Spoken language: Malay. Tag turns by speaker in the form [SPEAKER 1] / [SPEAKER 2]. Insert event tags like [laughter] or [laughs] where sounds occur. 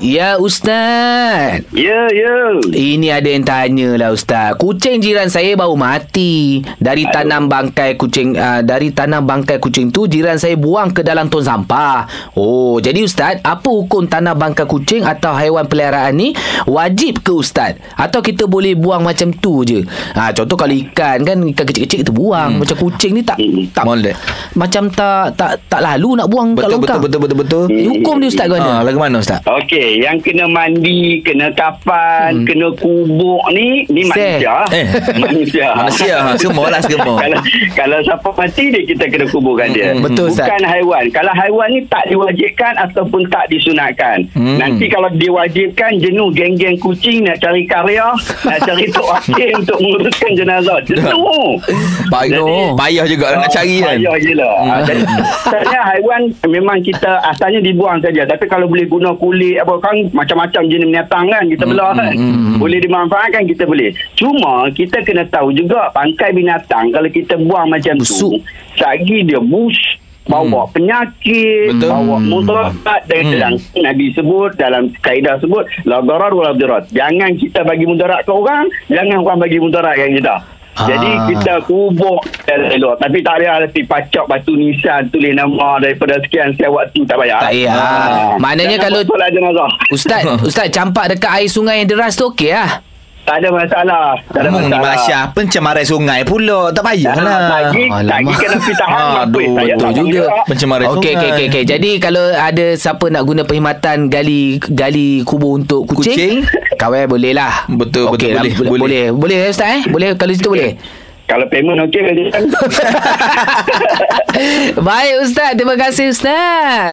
[SPEAKER 1] Ya Ustaz
[SPEAKER 2] Ya, ya.
[SPEAKER 1] Ini ada yang tanya lah Ustaz Kucing jiran saya baru mati Dari
[SPEAKER 2] Aduh.
[SPEAKER 1] tanam bangkai kucing uh, Dari tanam bangkai kucing tu Jiran saya buang ke dalam tong sampah Oh jadi Ustaz Apa hukum tanam bangkai kucing Atau haiwan peliharaan ni Wajib ke Ustaz Atau kita boleh buang macam tu je ha, Contoh kalau ikan kan Ikan kecil-kecil kita buang hmm. Macam kucing ni tak,
[SPEAKER 2] Hmm.
[SPEAKER 1] tak
[SPEAKER 3] Molek.
[SPEAKER 1] Macam tak tak tak lalu nak buang kat
[SPEAKER 3] Betul,
[SPEAKER 1] longkang
[SPEAKER 3] betul, betul, betul, betul.
[SPEAKER 1] Eh, Hukum dia Ustaz
[SPEAKER 3] Ha,
[SPEAKER 1] kena
[SPEAKER 3] lagu mana Ustaz?
[SPEAKER 2] Okey, yang kena mandi, kena kapan, hmm. kena kubur ni, ni
[SPEAKER 1] Seh.
[SPEAKER 2] manusia.
[SPEAKER 3] Eh.
[SPEAKER 2] [laughs] manusia.
[SPEAKER 3] Manusia, ha, semua lah, semua.
[SPEAKER 2] [laughs] kalau, kalau siapa mati dia, kita kena kuburkan dia.
[SPEAKER 1] Hmm, betul, Ustaz.
[SPEAKER 2] Bukan haiwan. Kalau haiwan ni tak diwajibkan ataupun tak disunatkan.
[SPEAKER 3] Hmm.
[SPEAKER 2] Nanti kalau diwajibkan, jenuh geng-geng kucing nak cari karya, nak cari tok
[SPEAKER 3] [laughs]
[SPEAKER 2] wakil untuk menguruskan jenazah. Jenuh.
[SPEAKER 3] Pak Ino, payah juga nak cari kan.
[SPEAKER 2] Payah je lah. Ha,
[SPEAKER 3] [laughs]
[SPEAKER 2] jadi, Sebenarnya haiwan memang kita asalnya dibuang saja. Tapi kalau boleh guna kulit apa kan macam-macam jenis binatang kan kita
[SPEAKER 3] Hmm,
[SPEAKER 2] belah kan. Boleh dimanfaatkan kita boleh. Cuma kita kena tahu juga bangkai binatang kalau kita buang macam
[SPEAKER 1] Busuk.
[SPEAKER 2] tu. Sagi dia bus bawa hmm. penyakit
[SPEAKER 3] Betul. Hmm.
[SPEAKER 2] bawa mudarat dan hmm. dalam Nabi sebut dalam kaedah sebut la darar wala dirat jangan kita bagi mudarat ke orang jangan orang bagi mudarat ke kita jadi
[SPEAKER 1] Ah.
[SPEAKER 2] kita kita kubur dan elok. Tapi tak payah nanti pacak batu nisan tulis nama daripada sekian-sekian waktu tak payah. Ah.
[SPEAKER 1] Tak payah. Maknanya
[SPEAKER 2] Jangan
[SPEAKER 1] kalau-
[SPEAKER 2] buat solat jenazah.
[SPEAKER 3] [laughs]
[SPEAKER 1] Ustaz, Ustaz campak dekat air sungai yang deras tu okey lah.
[SPEAKER 2] Tak ada masalah.
[SPEAKER 1] Hmm,
[SPEAKER 2] Tak ada
[SPEAKER 3] Mung Hmm, ni
[SPEAKER 2] masalah. Ah,
[SPEAKER 3] Masya pencemaran sungai pula. Tak
[SPEAKER 2] Tak
[SPEAKER 3] payah
[SPEAKER 2] ada
[SPEAKER 3] lah.
[SPEAKER 2] Lagi, lagi
[SPEAKER 1] Alamak.
[SPEAKER 2] kena fitahan.
[SPEAKER 3] Aduh, betul juga. Pencemaran
[SPEAKER 1] Okey, okey,
[SPEAKER 3] sungai.
[SPEAKER 1] okey. Okay. Jadi kalau ada siapa nak guna perkhidmatan gali gali kubur untuk
[SPEAKER 3] Kucing.
[SPEAKER 1] kucing, kawai boleh lah.
[SPEAKER 3] Betul, betul,
[SPEAKER 1] Okey lah,
[SPEAKER 3] boleh,
[SPEAKER 1] boleh. Boleh, boleh, eh, Ustaz eh? Boleh kalau situ
[SPEAKER 3] [laughs]
[SPEAKER 1] boleh. [laughs]
[SPEAKER 2] Kalau payment okey.
[SPEAKER 1] Baik Ustaz, terima kasih Ustaz.